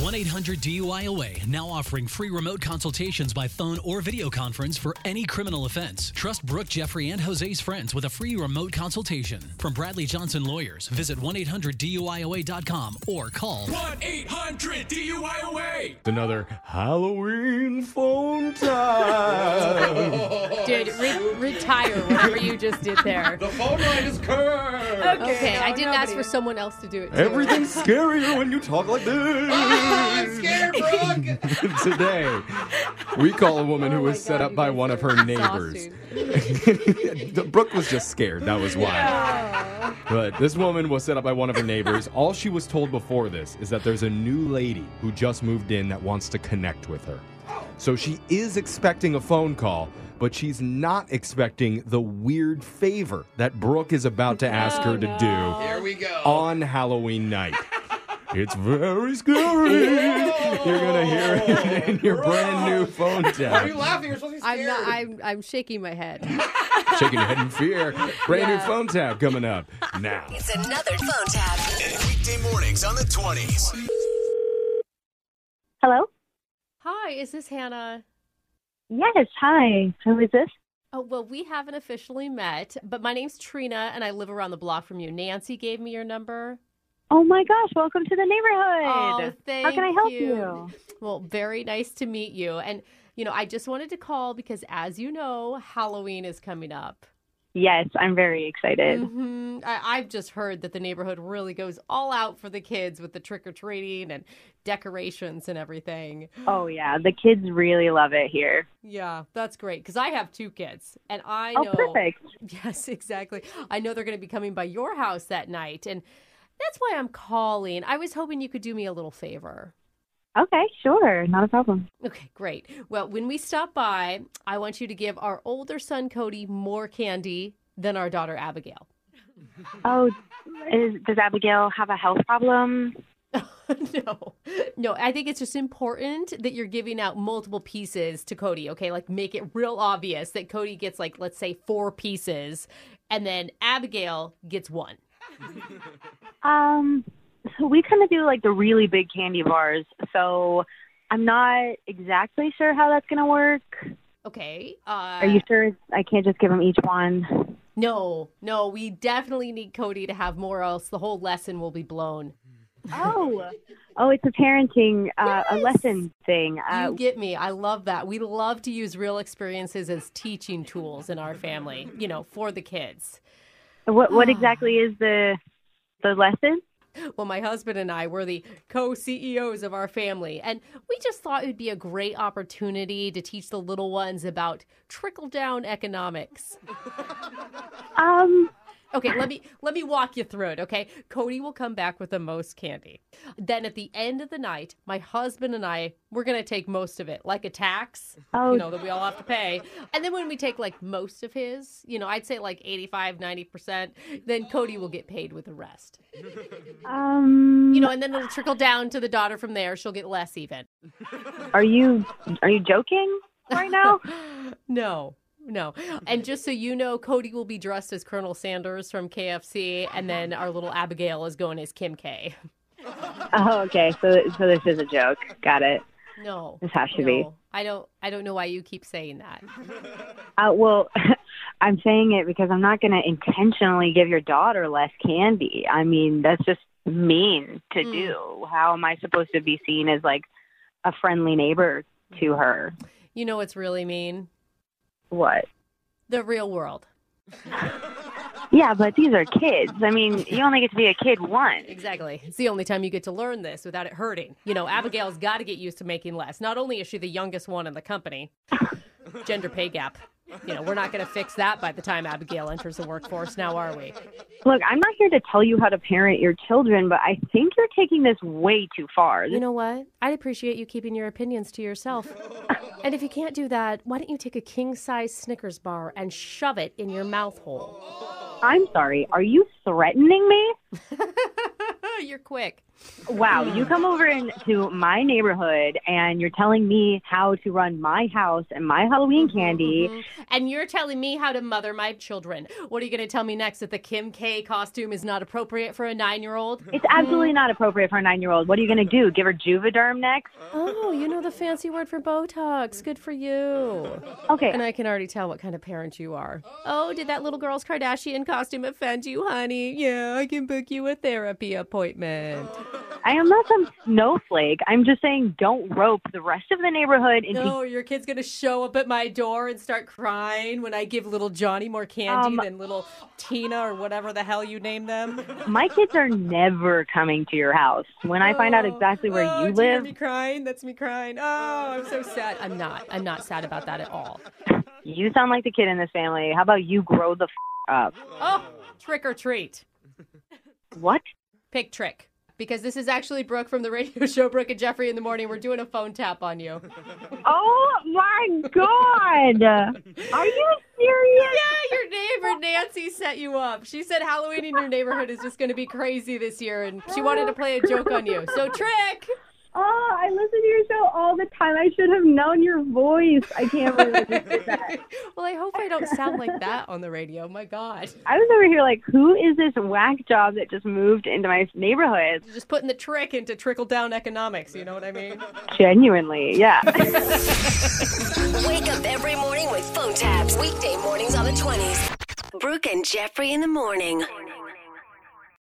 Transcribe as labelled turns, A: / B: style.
A: 1 800 DUIOA now offering free remote consultations by phone or video conference for any criminal offense. Trust Brooke, Jeffrey, and Jose's friends with a free remote consultation. From Bradley Johnson Lawyers, visit 1 800 DUIOA.com or call
B: 1 800 DUIOA.
C: Another Halloween phone time.
D: Dude, re- retire whatever you just did there.
E: The phone line is curved.
D: Okay, I didn't ask for someone else to do it. too.
C: Everything's scarier when you talk like
D: Ah,
E: I'm
C: this.
E: scared, Brooke.
C: Today, we call a woman who
D: Oh my
C: was set
D: God,
C: up
D: you
C: by
D: guys
C: one of her
D: are
C: neighbors.
D: exhausting.
C: Brooke was just scared. That was why. But this woman was set up by one of her neighbors. All she was told before this is that there's a new lady who just moved in that wants to connect with her. So she is expecting a phone call, but she's not expecting the weird favor that Brooke is about to ask her to
E: Oh,
C: do
E: Here we go.
C: on Halloween night. It's very scary. You're gonna hear it in your brand new phone
E: Why are you
C: tap.
E: laughing? You're supposed to be
D: I'm
E: scared.
D: not. I'm. I'm shaking my head.
C: Shaking your head in fear. Brand new phone tap coming up now.
F: It's another phone tap.
G: Weekday mornings on the 20s.
H: Hello?
D: Hi, is this Hannah?
H: Yes, hi. Who is this?
D: Oh well, we haven't officially met, but my name's Trina, and I live around the block from you. Nancy gave me your number.
H: Oh my gosh, welcome to the
D: Oh,
H: neighborhood.
D: thank
H: How can I help
D: you.
H: you?
D: Well, very nice to meet you. And you know, I just wanted to call because, as you know, Halloween is coming up.
H: Yes, I'm very excited.
D: hmm I- I've just heard that the neighborhood really goes all out for the kids with the trick or treating and decorations and everything.
H: Oh yeah, the kids really love it here.
D: Yeah, that's great because I have two kids, and I
H: oh,
D: know.
H: perfect.
D: Yes, exactly. I know they're going to be coming by your house that night, and that's why I'm calling. I was hoping you could do me a little favor.
H: Okay, sure. Not a problem.
D: Okay, great. Well, when we stop by, I want you to give our older son Cody more candy than our daughter Abigail.
H: Oh, is, does Abigail have a health problem?
D: no, no, I think it's just important that you're giving out multiple pieces to Cody, okay? Like make it real obvious that Cody gets, like, let's say four pieces, and then Abigail gets one.
H: Um, so we kind of do like the really big candy bars. So I'm not exactly sure how that's going to work.
D: Okay. Uh,
H: Are you sure I can't just give them each one?
D: No, no, we definitely need Cody to have more, else the whole lesson will be blown.
H: Oh, oh, it's a parenting, uh, a lesson thing. Uh,
D: you get me. I love that. We love to use real experiences as teaching tools in our family, you know, for the kids.
H: What
D: Ah.
H: what exactly is the the lesson?
D: Well, my husband and I were the co CEOs of our family, and we just thought it would be a great opportunity to teach the little ones about trickle down economics.
H: Um,
D: Okay, let me let me walk you through it, okay? Cody will come back with the most candy. Then at the end of the night, my husband and I we're going to take most of it, like a tax,
H: Oh.
D: you know, that we all have to pay. And then when we take like most of his, you know, I'd say like 85, 90%, then Cody will get paid with the rest.
H: um,
D: You know, and then it'll trickle down to the daughter from there, she'll get less even.
H: are you are you joking right now?
D: No. No. And just so you know, Cody will be dressed as Colonel Sanders from KFC and then our little Abigail is going as Kim K.
H: oh, okay. So so this is a joke. Got it.
D: No.
H: This has to be.
D: no. I don't I don't know why you keep saying that.
H: Uh, well, I'm saying it because I'm not going to intentionally give your daughter less candy. I mean, that's just mean to
D: Mm.
H: do. How am I supposed to be seen as like a friendly neighbor to her?
D: You know what's really mean?
H: What?
D: The real world.
H: Yeah, but these are kids. I mean, you only get to be a kid once.
D: Exactly. It's the only time you get to learn this without it hurting. You know, Abigail's got to get used to making less. Not only is she the youngest one in the company, gender pay gap. You know, we're not going to fix that by the time Abigail enters the workforce now, are we?
H: Look, I'm not here to tell you how to parent your children, but I think you're taking this way too far.
D: You know what? I'd appreciate you keeping your opinions to yourself. and if you can't do that, why don't you take a king size Snickers bar and shove it in your mouth hole?
H: I'm sorry. Are you threatening me?
D: Oh, You're quick.
H: Wow, you come over into my neighborhood and you're telling me how to run my house and my Halloween
D: Mm-hmm,
H: candy.
D: And you're telling me how to mother my children. What are you going to tell me next? That the Kim K costume is not appropriate for a nine year old?
H: It's absolutely not appropriate for a nine year old. What are you going to do? Give her Juvederm next?
D: Oh, you know the fancy word for Botox. Good for you.
H: Okay.
D: Uh, And I can already tell what kind of parent you are. Oh, did that little girl's Kardashian costume offend you, honey? Yeah, I can book you a therapy appointment.
H: I am not some snowflake. I'm just saying don't rope the rest of the neighborhood into.
D: No, your kid's going to show up at my door and start crying when I give little Johnny more candy
H: Um,
D: than little Tina or whatever the hell you name them.
H: My kids are never coming to your house. When I find out exactly where
D: oh,
H: you
D: do hear
H: live,
D: me crying? That's me crying. Oh, I'm so sad. I'm not. I'm not sad about that at all.
H: you sound like the kid in this family. How about you grow the f- up?
D: Oh, trick or treat.
H: What?
D: Pick trick. Because this is actually Brooke from the radio show Brooke and Jeffrey in the morning. We're doing a phone tap on you.
H: Oh my God. Are you serious?
D: Yeah, your neighbor Nancy set you up. She said Halloween in your neighborhood is just going to be crazy this year, and she wanted to play a joke on you. So trick.
F: Oh, I listen to your show all the time. I should have known your voice. I can't believe you did that.
D: Well, I hope I don't sound like that on the radio. My God,
H: I was over here like, who is this whack job that just moved into my neighborhood?
D: just putting the trick into trickle down economics. You know what I mean?
H: Genuinely, yeah.
I: Wake up every morning with phone taps. Weekday mornings on the 20s. Brooke and Jeffrey in the morning.